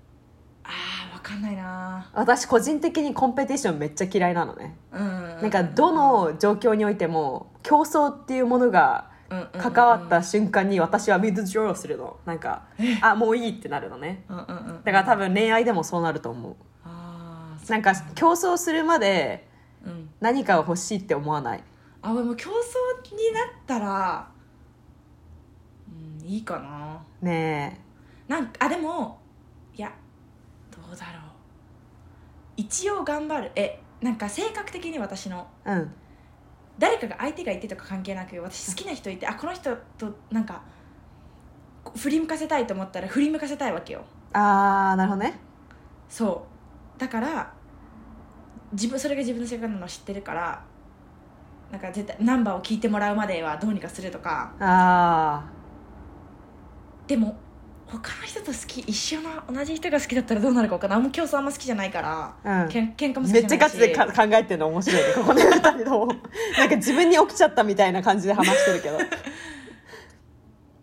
Speaker 2: あーわかんないな
Speaker 1: 私個人的にコンペティションめっちゃ嫌いなのね
Speaker 2: うん
Speaker 1: なんかどの状況においても競争っていうものが関わった瞬間に私は水上をするのなんかあもういいってなるのね
Speaker 2: うんうんうんうんうん
Speaker 1: だから多分恋愛でもそうなると思う
Speaker 2: あーそ
Speaker 1: なんか競争するまで
Speaker 2: うん
Speaker 1: 何かを欲しいって思わない
Speaker 2: あ俺もう競争になったらうんいいかな
Speaker 1: ね
Speaker 2: なんかあでもいやどうだろう一応頑張るえなんか性格的に私の
Speaker 1: えうん
Speaker 2: 誰かが相手がいてとか関係なく私好きな人いてあこの人となんかこう振り向かせたいと思ったら振り向かせたいわけよ
Speaker 1: ああなるほどね
Speaker 2: そうだから自分それが自分の性格なの知ってるからなんか絶対ナンバーを聞いてもらうまではどうにかするとか
Speaker 1: あ
Speaker 2: でも他の人と好き一緒の同じ人が好きだったらどうなるか分からないあんま競争あんま好きじゃないから
Speaker 1: あうん
Speaker 2: けん喧嘩も好きじ
Speaker 1: め
Speaker 2: ゃ
Speaker 1: っ
Speaker 2: ない
Speaker 1: ち
Speaker 2: し
Speaker 1: ゃガチでか考えてるの面白いねこ この2人ともなんか自分に起きちゃったみたいな感じで話してるけど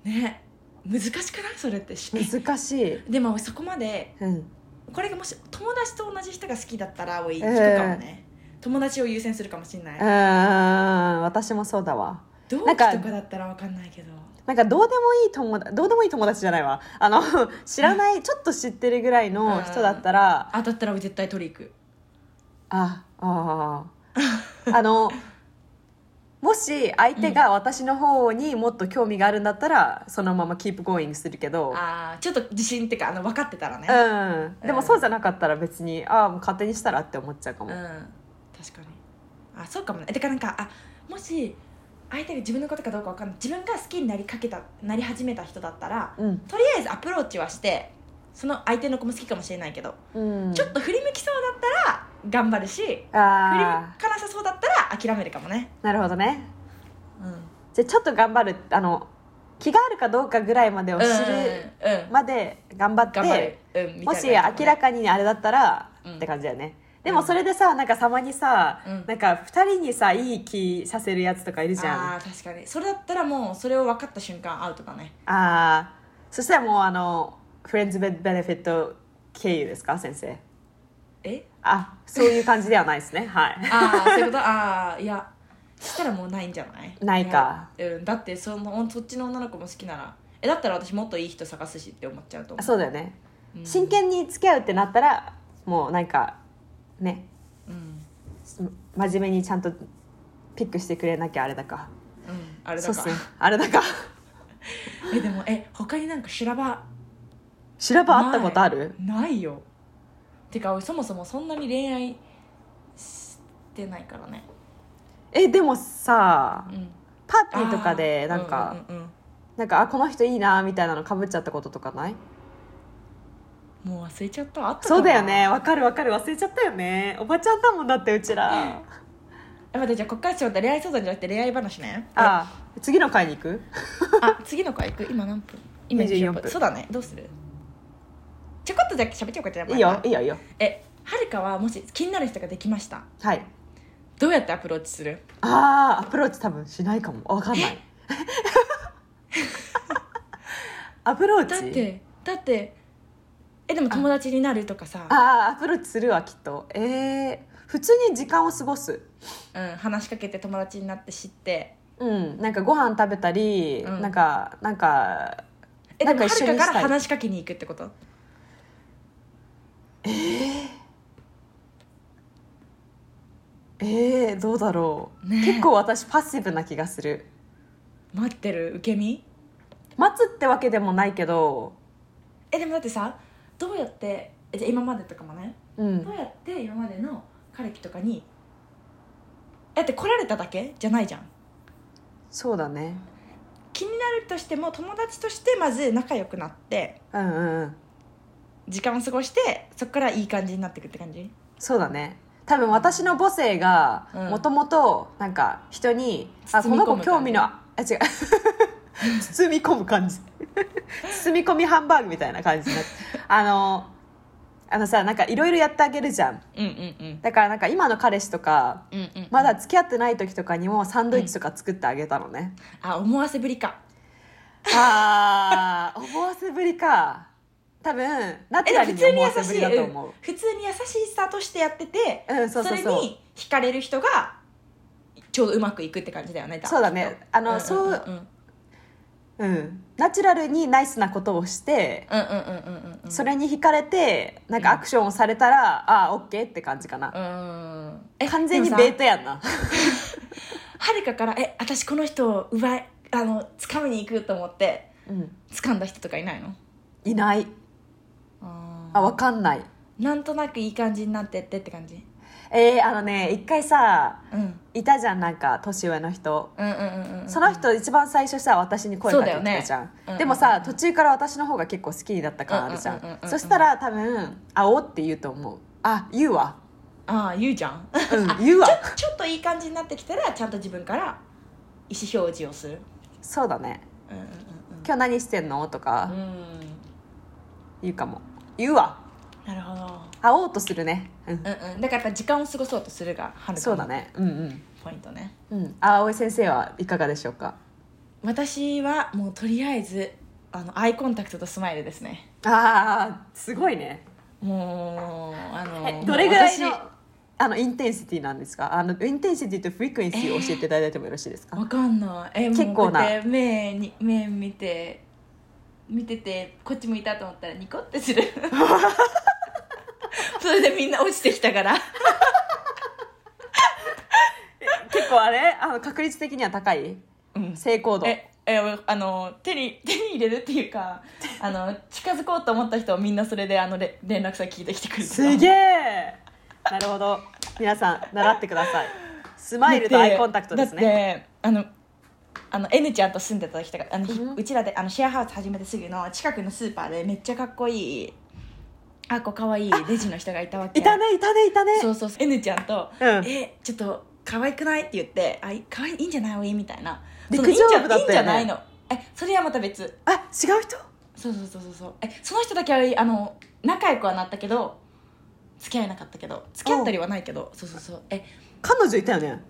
Speaker 2: ね難しくないそれってし
Speaker 1: 難しい
Speaker 2: でもそこまで
Speaker 1: うん
Speaker 2: これがもし友達と同じ人が好きだったら多い
Speaker 1: ん
Speaker 2: 人かもね、友達を優先するかもしれな
Speaker 1: う
Speaker 2: い、
Speaker 1: ーん私もそうだわ
Speaker 2: 同
Speaker 1: なん
Speaker 2: 期と
Speaker 1: か
Speaker 2: かだったら分かんないけど
Speaker 1: なんかどうでもいい友達どうでもいい友達じゃないわあの知らないちょっと知ってるぐらいの人だったら
Speaker 2: あだったら俺絶対取り行く
Speaker 1: ああーあのもし相手が私の方にもっと興味があるんだったら、そのままキープゴーイングするけど
Speaker 2: ああちょっと自信っていうかあの分かってたらね
Speaker 1: うん、で
Speaker 2: う
Speaker 1: も
Speaker 2: ん
Speaker 1: そうじゃなかったら別にああもう勝手にしたらって思っちゃうかも、
Speaker 2: うん確かにあそうかもねてかなんかあもし相手が自分のことかどうか分かんない自分が好きになりかけたなり始めた人だったら
Speaker 1: うん
Speaker 2: とりあえずアプローチはしてその相手の子も好きかもしれないけど、
Speaker 1: うん、
Speaker 2: ちょっと振り向きそうだったら頑張るし振り向
Speaker 1: ああ
Speaker 2: かなさそうだったら諦めるかもね
Speaker 1: なるほどね
Speaker 2: うん
Speaker 1: じゃあちょっと頑張るあの気があるかどうかぐらいまでを知る
Speaker 2: うんうんうん
Speaker 1: まで頑張って、
Speaker 2: 頑張る、うん、
Speaker 1: もし明ら
Speaker 2: か
Speaker 1: かにあれだったら、
Speaker 2: うん
Speaker 1: って感じだよねでもそれでさなんかたまにさ、
Speaker 2: うん
Speaker 1: なんか2人にさいい気させるやつとかいるじゃん
Speaker 2: あ
Speaker 1: あ
Speaker 2: あー確かにそれだったらもうそれを分かった瞬間アウトだね
Speaker 1: あーそしたらもうあのフレンズベベネフィット経由ですか先生
Speaker 2: え
Speaker 1: あそういう感じではない ですねはい
Speaker 2: ああそういうことああいやそしたらもうないんじゃない
Speaker 1: ないか
Speaker 2: いやうん、だってそのそっちの女の子も好きならえだったら私もっといい人探すしって思っちゃうと思う
Speaker 1: そうだよね、
Speaker 2: うん
Speaker 1: 真剣に付き合うってなったらもうなんかね
Speaker 2: うん、
Speaker 1: 真面目にちゃんとピックしてくれなきゃあれだか
Speaker 2: うん、あれ
Speaker 1: そ
Speaker 2: だ
Speaker 1: うっ
Speaker 2: か
Speaker 1: すねあれだか
Speaker 2: えでもえ他になんか修羅場
Speaker 1: 修羅場あったことある
Speaker 2: ないよてか俺そもそもそんなに恋愛してないからね
Speaker 1: えでもさ
Speaker 2: うん
Speaker 1: パーティーとかでなんか、
Speaker 2: うんうんうん
Speaker 1: なんかあこの人いいなみたいなのかぶっちゃったこととかない
Speaker 2: うんもう忘れちゃったあったかな
Speaker 1: そうだよねわかるわかる忘れちゃったよねおばちゃんだもんだってうちら
Speaker 2: え待ってじゃあこっからちょっと恋愛相談じゃなくて恋愛話ね
Speaker 1: あ次の回に行く
Speaker 2: あ次の回行く今何分今
Speaker 1: 24
Speaker 2: 24
Speaker 1: 分
Speaker 2: 分そうだねどうするちょこっとだけ喋っちゃおうかじゃあ
Speaker 1: いいよいいよいいよ
Speaker 2: えはるかはもし気になる人ができました
Speaker 1: はい
Speaker 2: どうやってアプローチする
Speaker 1: あーアプローチ多分しないかもわかんないアプローチ
Speaker 2: だってだってえでも友達になるとかさ、
Speaker 1: ああアプローチするわきっとえー、普通に時間を過ごす
Speaker 2: うん、話しかけて友達になって知って
Speaker 1: うんなんかご飯食べたり、
Speaker 2: うん
Speaker 1: なんかなんか
Speaker 2: え
Speaker 1: な
Speaker 2: で
Speaker 1: ん
Speaker 2: も
Speaker 1: か
Speaker 2: はる
Speaker 1: 一緒
Speaker 2: か
Speaker 1: にしたい
Speaker 2: から話しかけに行くってこと
Speaker 1: えー、どうだろう、
Speaker 2: ねえ
Speaker 1: 結構私パッシブな気がする
Speaker 2: 待ってる受け身
Speaker 1: 待つってわけでもないけど
Speaker 2: えでもだってさどうやってえじゃあ今までとかもね
Speaker 1: うん
Speaker 2: どうやって今までの彼氏とかにえだって来られただけじゃないじゃん
Speaker 1: そうだね
Speaker 2: 気になるとしても友達としてまず仲良くなって
Speaker 1: うんうんうん
Speaker 2: 時間を過ごしてそこからいい感じになってくって感じ
Speaker 1: そうだね多分私の母性が
Speaker 2: うん
Speaker 1: もともとなんか人に「あこ
Speaker 2: 包み込む
Speaker 1: の子興味のあ 違う包み込む感じ包み込みハンバーグみたいな感じになってあのあのさなんかいろいろやってあげるじゃん
Speaker 2: うんうんうん
Speaker 1: だからなんか今の彼氏とか
Speaker 2: うんうん
Speaker 1: まだ付き合ってない時とかにもサンドイッチとか作ってあげたのね、
Speaker 2: あ思わせぶりか
Speaker 1: ああ思わせぶりか多分ナチ
Speaker 2: え
Speaker 1: ュ
Speaker 2: で
Speaker 1: ラ
Speaker 2: も
Speaker 1: ル
Speaker 2: 普
Speaker 1: に思わせぶ
Speaker 2: 通に優しい
Speaker 1: りだと思う
Speaker 2: うん普通に優しさとしてやってて、
Speaker 1: うんそうそうそう
Speaker 2: れに惹かれる人がちょうどうまくいくって感じだよね
Speaker 1: そうだねあのそう
Speaker 2: うん
Speaker 1: うん、ナチュラルにナイスなことをして、
Speaker 2: うんうんうんうんうんうん
Speaker 1: それに惹かれてなんかアクションをされたら、ああオッケーって感じかな、
Speaker 2: うんえ
Speaker 1: 完全に
Speaker 2: でも
Speaker 1: ベ
Speaker 2: さ
Speaker 1: ートやんな
Speaker 2: はるかから「え私この人を奪いあの掴みに行く」と思って
Speaker 1: うん
Speaker 2: 掴んだ人とかいないの
Speaker 1: いない
Speaker 2: あ
Speaker 1: あわかんない
Speaker 2: なんとなくいい感じになってってって感じ、
Speaker 1: えー、あのね一回さ
Speaker 2: うん、うん
Speaker 1: いたじゃんなんか年上の人
Speaker 2: うんうんうんうん
Speaker 1: その人一番最初さ私に声かけてきたじゃん、
Speaker 2: だよね
Speaker 1: でもさ途中から私の方が結構好きになった感あるじゃ
Speaker 2: うんうんうんうん
Speaker 1: ん
Speaker 2: うん
Speaker 1: そしたら多分「あお」って言うと思うあ言うわ
Speaker 2: ああ言うじゃん
Speaker 1: うん言うわ
Speaker 2: ちょっといい感じになってきたらちゃんと自分から意思表示をする
Speaker 1: そうだね
Speaker 2: うんうん
Speaker 1: 「今日何してんの?」と
Speaker 2: うんう
Speaker 1: か
Speaker 2: ん
Speaker 1: 言うかも言うわ
Speaker 2: なるほど
Speaker 1: 会おうとするね、うん、
Speaker 2: うんうんだからやっぱ時間を過ごそうとするがはるか
Speaker 1: そうだ
Speaker 2: の
Speaker 1: ねうん
Speaker 2: ポイントね
Speaker 1: うんうんあ葵先生はいかがでしょうか
Speaker 2: 私はもうとりあえずあのアイコンタクトとスマイルですね
Speaker 1: あーすごいね
Speaker 2: もうあの
Speaker 1: どれぐらいの
Speaker 2: もう私
Speaker 1: あのインテンシティなんですかあのインテンシティとフリクエンシーを教えていただいてもよろしいですか、
Speaker 2: わかんないえもう
Speaker 1: 結構な
Speaker 2: こうやって目に目見て見ててこっち向いたと思ったらニコってす るそれでみんな落ちてきたから
Speaker 1: 結構あれあの確率的には高い
Speaker 2: うん
Speaker 1: 成功度
Speaker 2: ええあの手に 手に入れるっていう かあの近づこうと思った人はみんなそれであのれ連絡先聞いてきてくれた
Speaker 1: すげえなるほど皆さん習ってくださいスマイルとアイコンタクトですね
Speaker 2: だってだってあのあの N ちゃんと住んでた人があの、ひ
Speaker 1: うん
Speaker 2: うちらであのシェアハウス始めてすぐの近くのスーパーでめっちゃかっこいいあこかわいいレジの人がいたわけ
Speaker 1: いたねいたねいたね
Speaker 2: そうそうそう N ちゃんと「
Speaker 1: うん
Speaker 2: えちょっと可愛くない?」って言って「あい可愛いいいんじゃないおい?」みたいな
Speaker 1: 陸上部だったよね
Speaker 2: そのいいんじゃいいんじゃないのえそれはまた別
Speaker 1: あ違う人
Speaker 2: そうそうそうそうそうえその人だけはあの仲良くはなったけど付き合えなかったけど付き合ったりはないけどそうそうそうえ
Speaker 1: 彼女いたよね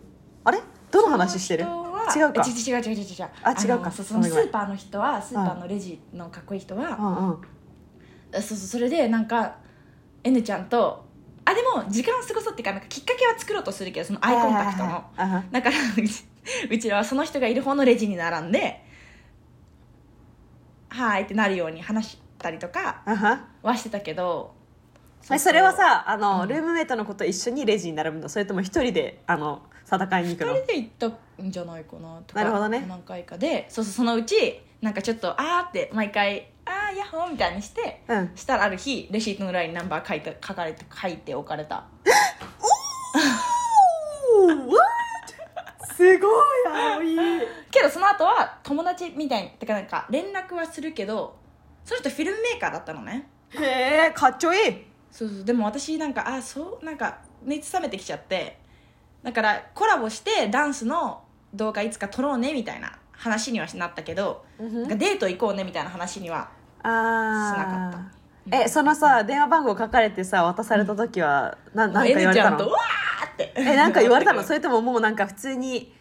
Speaker 1: あれどの話してる
Speaker 2: その人
Speaker 1: 違
Speaker 2: は
Speaker 1: うか
Speaker 2: え違う違う違う違う違う
Speaker 1: あ違うか
Speaker 2: のそうその
Speaker 1: ごめ
Speaker 2: ス
Speaker 1: んごめん
Speaker 2: ーパーの人はスーパーのレジのかっこいい人
Speaker 1: う
Speaker 2: は、
Speaker 1: んうん
Speaker 2: えそうそうそれでなんか N ちゃんとあでも時間過ごそうっていうかなんかきっかけは作ろうとするけどそのアイコンタクトの
Speaker 1: はいはいはい
Speaker 2: だから うちうちらはその人がいる方のレジに並んで「はーい」ってなるように話したりとか
Speaker 1: あはあは
Speaker 2: はしてたけど
Speaker 1: えそれはさあの、
Speaker 2: うん
Speaker 1: ルームメイトの子と一緒にレジに並ぶのそれとも一人であの戦いに行く
Speaker 2: 2
Speaker 1: の
Speaker 2: 人で行ったんじゃないかなとか
Speaker 1: なるほどね
Speaker 2: 何回かでそうそうそのうちなんかちょっと「あー」って毎回「あーヤッホー」みたいにして
Speaker 1: うん
Speaker 2: したらある日レシートの裏にナンバー書いて書かれて書いておかれた
Speaker 1: おーわーすごい葵
Speaker 2: けどその後は友達みたいにてかなんか連絡はするけどその人フィルムメーカーだったのね
Speaker 1: へえかっちょいい
Speaker 2: そうそうでも私なんかあそうなんか熱冷めてきちゃってだからコラボしてダンスの動画いつか撮ろうねみたいな話にはなったけど、なんかデート行こうねみたいな話にはしなかった
Speaker 1: あーえそのさ電話番号書かれてさ渡された時は何か言わ
Speaker 2: N
Speaker 1: れ
Speaker 2: ち
Speaker 1: た
Speaker 2: ゃんと「
Speaker 1: の
Speaker 2: わー!」って
Speaker 1: えなんか言われた のそ
Speaker 2: れ
Speaker 1: れとももうなんか普通に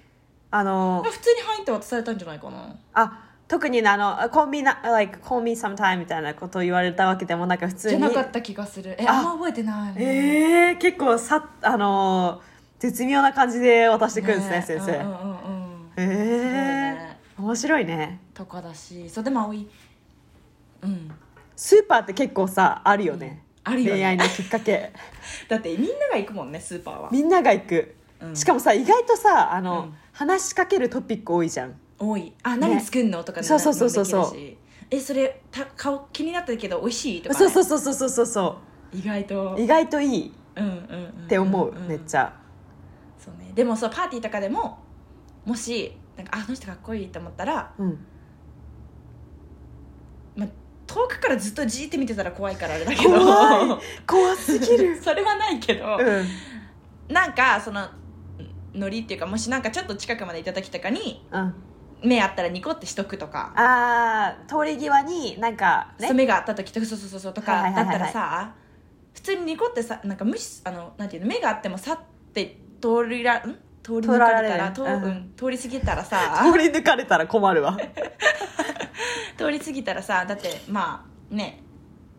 Speaker 1: あの
Speaker 2: 普通に入って渡されたんじゃないかな
Speaker 1: あ特にねあの「call me, na- like, call me sometime」みたいなことを言われたわけでもなんか普通
Speaker 2: じゃ
Speaker 1: に
Speaker 2: なかった気がするえ
Speaker 1: あ
Speaker 2: あんま覚えてないもん
Speaker 1: えー、結構さあのー絶妙な感じで渡してくるんですね
Speaker 2: え
Speaker 1: 先生、
Speaker 2: うんうんうんうん
Speaker 1: え
Speaker 2: そうだ
Speaker 1: え
Speaker 2: ね
Speaker 1: ー、面白いね
Speaker 2: とかだしそうでも葵うん
Speaker 1: スーパーって結構さあるよね、
Speaker 2: あるよね
Speaker 1: 恋愛のきっかけ
Speaker 2: だってみんなが行くもんねスーパーは
Speaker 1: みんなが行く
Speaker 2: ううん
Speaker 1: しかもさ意外とさあの、
Speaker 2: うん
Speaker 1: 話しかけるトピック多いじゃん
Speaker 2: 多いあ
Speaker 1: ね
Speaker 2: 何作んのとか
Speaker 1: そうそうそうそうそう
Speaker 2: もできるしえそれた顔気になったけど美味しいとか、ね、
Speaker 1: そうそうそうそうそうそうそ
Speaker 2: 意外と
Speaker 1: う意外といい
Speaker 2: うんうんうん
Speaker 1: って思う、めっち
Speaker 2: ゃ
Speaker 1: ゃ
Speaker 2: そうねでもそうパーティーとかでももしなんかああの人かっこいいと思ったら
Speaker 1: うん
Speaker 2: 遠くからずっとじーって見てたら怖いからあれだけど
Speaker 1: 怖怖すぎる
Speaker 2: それはないけ ど、
Speaker 1: うん
Speaker 2: なんかそのノリっていうかもしなんかちょっと近くまでいた時とかに
Speaker 1: うん
Speaker 2: 目あったらニコってしとくとか、
Speaker 1: あー通り際になんか
Speaker 2: そう
Speaker 1: ね
Speaker 2: 目があった時とかそうそうそうそうと
Speaker 1: は
Speaker 2: か
Speaker 1: いは
Speaker 2: だ
Speaker 1: いはい
Speaker 2: っ
Speaker 1: は
Speaker 2: た
Speaker 1: い
Speaker 2: らさ普通にニコってさなんか無視あのなんていうの目があってもさって通りらん通り抜かれたら
Speaker 1: 通
Speaker 2: 通
Speaker 1: られる
Speaker 2: う
Speaker 1: うん
Speaker 2: ん通り過ぎた らさ
Speaker 1: 通り抜かれたら困る わ
Speaker 2: 通り過ぎたらさだってまあね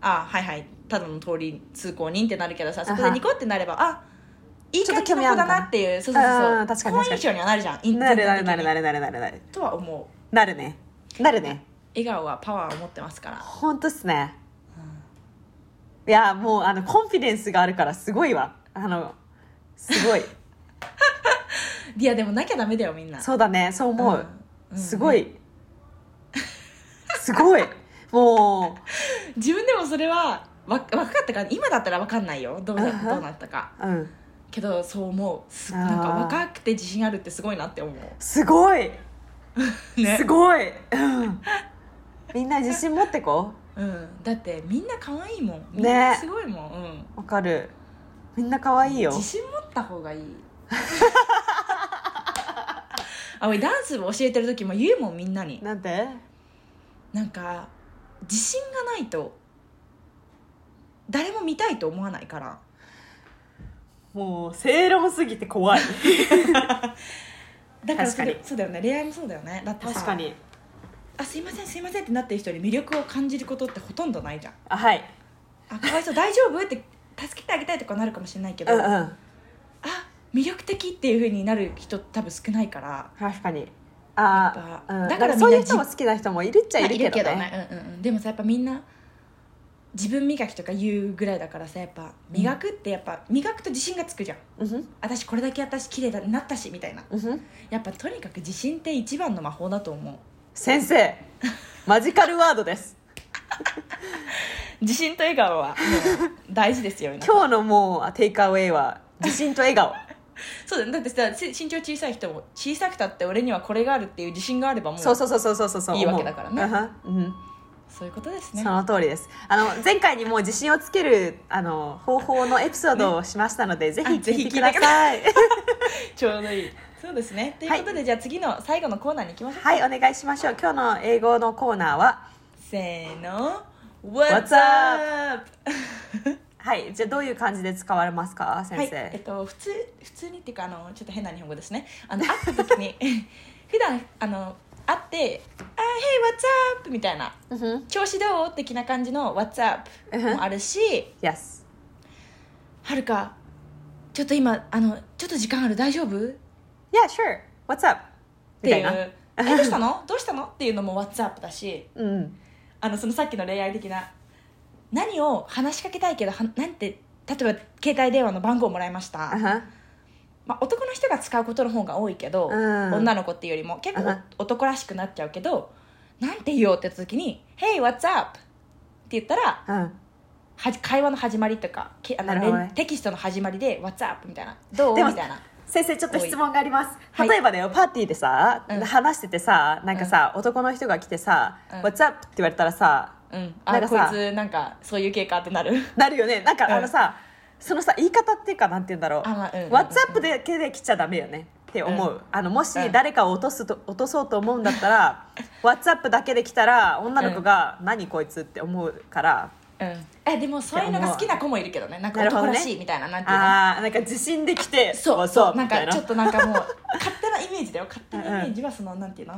Speaker 2: あはいはいただの通り通行人ってなるけどさそこ
Speaker 1: あ
Speaker 2: で
Speaker 1: は
Speaker 2: ニコってなればあいい
Speaker 1: ちょっ
Speaker 2: 感
Speaker 1: と興
Speaker 2: じ
Speaker 1: 味
Speaker 2: の
Speaker 1: あ
Speaker 2: 子
Speaker 1: る
Speaker 2: だ
Speaker 1: のかな
Speaker 2: なっていうそうそうそう
Speaker 1: うん確かに確かに
Speaker 2: 好印象にはなるじゃん
Speaker 1: なるなるなるな
Speaker 2: る
Speaker 1: るなるなるなる
Speaker 2: とは思う
Speaker 1: なるねなるね
Speaker 2: 笑顔はパワーを持ってますから
Speaker 1: 本当っすね、いやもうあのコンフィデンスがあるからすごいわあのすごい
Speaker 2: いやでもなきゃダメだよみんな
Speaker 1: そうだねそう思う、
Speaker 2: うん
Speaker 1: すごい、すごいも
Speaker 2: 自分でもそれはわ若かったから今だったら分かんないよどうだ
Speaker 1: あは
Speaker 2: どうなったか
Speaker 1: う、うん、
Speaker 2: けどそう思うす
Speaker 1: あー
Speaker 2: なんか若くて自信あるってすごいなって思う
Speaker 1: すごい、
Speaker 2: ね
Speaker 1: すごい、うん、みんな自信持ってこ
Speaker 2: うん、だってみんな可愛いもんみん
Speaker 1: ね
Speaker 2: なすごいもん、
Speaker 1: うわかるみんな可愛い
Speaker 2: うん、
Speaker 1: よ
Speaker 2: 自信持った方がいい あおいダンスを教えてる時も言うもんみんなに
Speaker 1: なんて
Speaker 2: なんか自信がないと誰も見たいと思わないから
Speaker 1: もう正論すぎて 怖い
Speaker 2: だからそれ
Speaker 1: 確か
Speaker 2: そうだよね恋愛もそうだよねだってさ
Speaker 1: 確かに
Speaker 2: あすいませんすいませんってなってる人に魅力を感じることってほとんどないじゃん
Speaker 1: あはい
Speaker 2: あかわいそう大丈夫って助けてあげたいとかなるかもしれないけ
Speaker 1: う
Speaker 2: ど、
Speaker 1: ん
Speaker 2: あ
Speaker 1: うん
Speaker 2: 魅力的っていうふうになる人多分少ないから
Speaker 1: 確かにあ
Speaker 2: や
Speaker 1: あ、
Speaker 2: っぱ
Speaker 1: うん、
Speaker 2: だ
Speaker 1: だ
Speaker 2: か
Speaker 1: からら
Speaker 2: みん
Speaker 1: そ
Speaker 2: な
Speaker 1: ういう人も好きな人もいるっちゃい
Speaker 2: まあ
Speaker 1: るけどね,、
Speaker 2: うんうんうん、でもさやっぱみんな自分磨きとか言うぐらいだからさやっぱ磨くってやっぱ磨くと自信がつくじゃん
Speaker 1: うんふん
Speaker 2: 私これだけ私綺麗だなったしみたいな
Speaker 1: うんふん
Speaker 2: やっぱとにかく自信って一番の魔法だと思う
Speaker 1: 先生マジカルワードです
Speaker 2: 自信と笑顔はもう大事ですよ皆さん
Speaker 1: 今日のもうテイクアウェイは自信と笑顔
Speaker 2: そうだねだってさせ身長小さい人も小さくたって俺にはこれがあるっていう自信があればもう
Speaker 1: そうそうそうそうそうそうそう
Speaker 2: いいわけだからね
Speaker 1: うんうん
Speaker 2: そういうことですね
Speaker 1: その通りですあの前回にもう自信をつけるあの方法のエピソードをしましたので、ぜひ
Speaker 2: あぜひ
Speaker 1: 聞いてください
Speaker 2: ちょうどいいそうですねということで、じゃあ次の最後のコーナーに行きましょう、
Speaker 1: はいお願いしましょう今日の英語のコーナーは
Speaker 2: せーの
Speaker 1: What's
Speaker 2: up?
Speaker 1: はいじゃあどういう感じで使われますか
Speaker 2: は
Speaker 1: 先
Speaker 2: い
Speaker 1: 生、
Speaker 2: えっと普通普通にっていうかあのちょっと変な日本語ですねあの会った時に 普段あの会って「あ Hey what's up?」みたいな
Speaker 1: うんふん
Speaker 2: 「調子どう?」的な感じの「What's up?」もあるし
Speaker 1: Yes
Speaker 2: はるかちょっと今あのちょっと時間ある大丈夫
Speaker 1: Yeah sure What's up
Speaker 2: っ
Speaker 1: み
Speaker 2: て
Speaker 1: た
Speaker 2: い
Speaker 1: いうな
Speaker 2: 「えどうしたのどうしたの?」っていうのも WhatsApp だし
Speaker 1: うん
Speaker 2: あのそのさっきの恋愛的な何を話しかけたいけどはなんて例えば携帯電話の番号もらいまし
Speaker 1: あ
Speaker 2: た、
Speaker 1: は
Speaker 2: まあ、男の人が使うことの方が多いけど、
Speaker 1: うん
Speaker 2: 女の子っていうよりも結構
Speaker 1: あは
Speaker 2: お男らしくなっちゃうけどなんて言おうって言った時に「Hey what's up?」って言ったら
Speaker 1: うん
Speaker 2: はじ会話の始まりとかけあの
Speaker 1: なるほどね
Speaker 2: 連テキストの始まりで「What's up?」みたいな「どう?」
Speaker 1: でも
Speaker 2: みたいな
Speaker 1: 先生ちょっと質問があります
Speaker 2: はい
Speaker 1: 例えばだよパーティーでさ、
Speaker 2: うん
Speaker 1: 話しててさなんかさ、男の人が来てさ「
Speaker 2: うん
Speaker 1: What's up?」って言われたらさ
Speaker 2: うん、
Speaker 1: な
Speaker 2: あ
Speaker 1: んか
Speaker 2: こ
Speaker 1: さ
Speaker 2: いつなんかそういう系かってなる
Speaker 1: なるよねなん
Speaker 2: うん
Speaker 1: かあのさ、そのさ言い方っていうかなんて言うんだろう「
Speaker 2: あまあうんうんうん
Speaker 1: What's up?」だけで来ちゃダメよねって思う、あのもし
Speaker 2: うん
Speaker 1: 誰かを落とすと落とそうと思うんだった ら「What's up?」だけで来たら女の子が「何こいつ?」って思うから、
Speaker 2: うんえでもそういうのが好きな子もいるけどねなんか
Speaker 1: なるほ
Speaker 2: 男
Speaker 1: どね
Speaker 2: らしいみたいななんていうの
Speaker 1: あーなんか自信できて「
Speaker 2: そう
Speaker 1: What's
Speaker 2: そう
Speaker 1: up？
Speaker 2: なん
Speaker 1: みたい
Speaker 2: か
Speaker 1: な
Speaker 2: ちょっとなんかもう勝手なイメージだよ勝手なイメージはそのなんていうの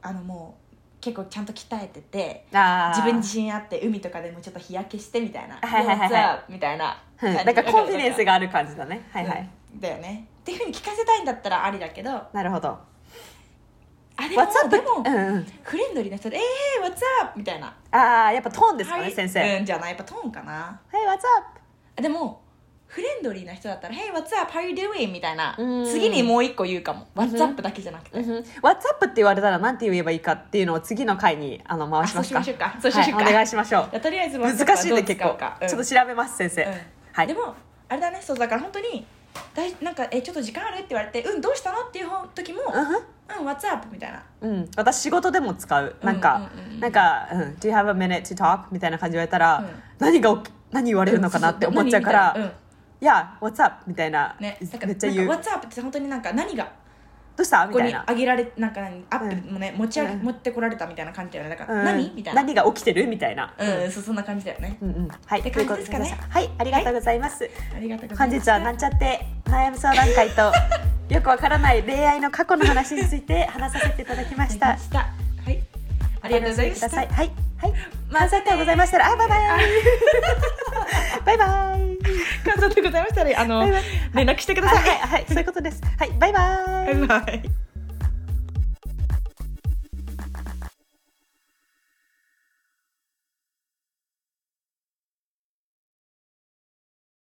Speaker 2: あのもう結構ちゃんと鍛えてて
Speaker 1: あー
Speaker 2: 自分に自信あって海とかでもちょっと日焼けしてみたいな
Speaker 1: は
Speaker 2: 「
Speaker 1: いはいはいはい
Speaker 2: What's up？」みたいな
Speaker 1: うん
Speaker 2: 感じ
Speaker 1: なんかコンフィデンスがある感じだねはいはい、
Speaker 2: うんだよねっていうふうに聞かせたいんだったらありだけどあ
Speaker 1: なるほど
Speaker 2: でも
Speaker 1: What's up?
Speaker 2: でも、
Speaker 1: うんうん、
Speaker 2: フレンドリーな人で「えー、What's up?」みたいな
Speaker 1: ああやっぱトーンですかね、
Speaker 2: はい
Speaker 1: 先生「はい、
Speaker 2: うんじゃないやっぱトーンかな
Speaker 1: What's up?
Speaker 2: でもフレンドリーな人だったら「Hey what's up how you doing?」みたいな
Speaker 1: うん
Speaker 2: 次にもう一個言うかも「
Speaker 1: ん
Speaker 2: What's up?」だけじゃなくて
Speaker 1: うんうん、WhatsApp って言われたらなんて言えばいいかっていうのを次の回にあの回し
Speaker 2: そ
Speaker 1: ま
Speaker 2: う
Speaker 1: す
Speaker 2: し
Speaker 1: か
Speaker 2: ましょうかそうしましょうか、
Speaker 1: はいお願いしま しょう
Speaker 2: いやとりあえず
Speaker 1: 難
Speaker 2: WhatsApp
Speaker 1: しい
Speaker 2: は
Speaker 1: ね
Speaker 2: どう
Speaker 1: 結
Speaker 2: 使う
Speaker 1: 構
Speaker 2: か、
Speaker 1: ちょっと
Speaker 2: と
Speaker 1: 調べます先生、はい
Speaker 2: でもあれだねそうだから本当にだいなんかえ「ちょっと時間ある?」って言われて「うんどうしたの?」っていう時も「うん What's up?」みたいな
Speaker 1: うん、うん、私仕事でも使うなんか、
Speaker 2: うんうんうん
Speaker 1: なんか、うん「Do you have a minute to talk?」みたいな感じで言われたら、
Speaker 2: うん
Speaker 1: 何が起き何言われるのかなって思っちゃうから「
Speaker 2: うん
Speaker 1: いや What's up?」みたいな、
Speaker 2: ね、だから
Speaker 1: めっちゃ言う「
Speaker 2: なん
Speaker 1: ど
Speaker 2: か WhatsApp って本当になんか何が
Speaker 1: うした?」
Speaker 2: こ
Speaker 1: み
Speaker 2: こ
Speaker 1: たい
Speaker 2: に
Speaker 1: な
Speaker 2: あげられなんか何アップもね、持ち上げ、
Speaker 1: うん
Speaker 2: 持ってこられたみたいな感じだよねだか
Speaker 1: う
Speaker 2: ら、
Speaker 1: ん
Speaker 2: 何みたいな
Speaker 1: 何が起きてるみたいな、
Speaker 2: うん、そうそんな感じだよね
Speaker 1: うんうんはい
Speaker 2: って感じですかね
Speaker 1: ということはいありがとうございます、
Speaker 2: ありがとうござ
Speaker 1: 本
Speaker 2: いま
Speaker 1: 日
Speaker 2: す
Speaker 1: はなんちゃって悩み相談会 とよくわからない恋愛の過去の話について話させていただきまし
Speaker 2: あ
Speaker 1: た
Speaker 2: りがとうございましたはい ありがとうございました
Speaker 1: お楽しみくださいはいはい
Speaker 2: またね
Speaker 1: 感想点ございましたらあバイバイバイバイ
Speaker 2: 感想でございましたらあの
Speaker 1: バイバイ
Speaker 2: 連絡してくだ
Speaker 1: はい
Speaker 2: さい
Speaker 1: はいはいそういうことですはいバイバイ
Speaker 2: バイバイ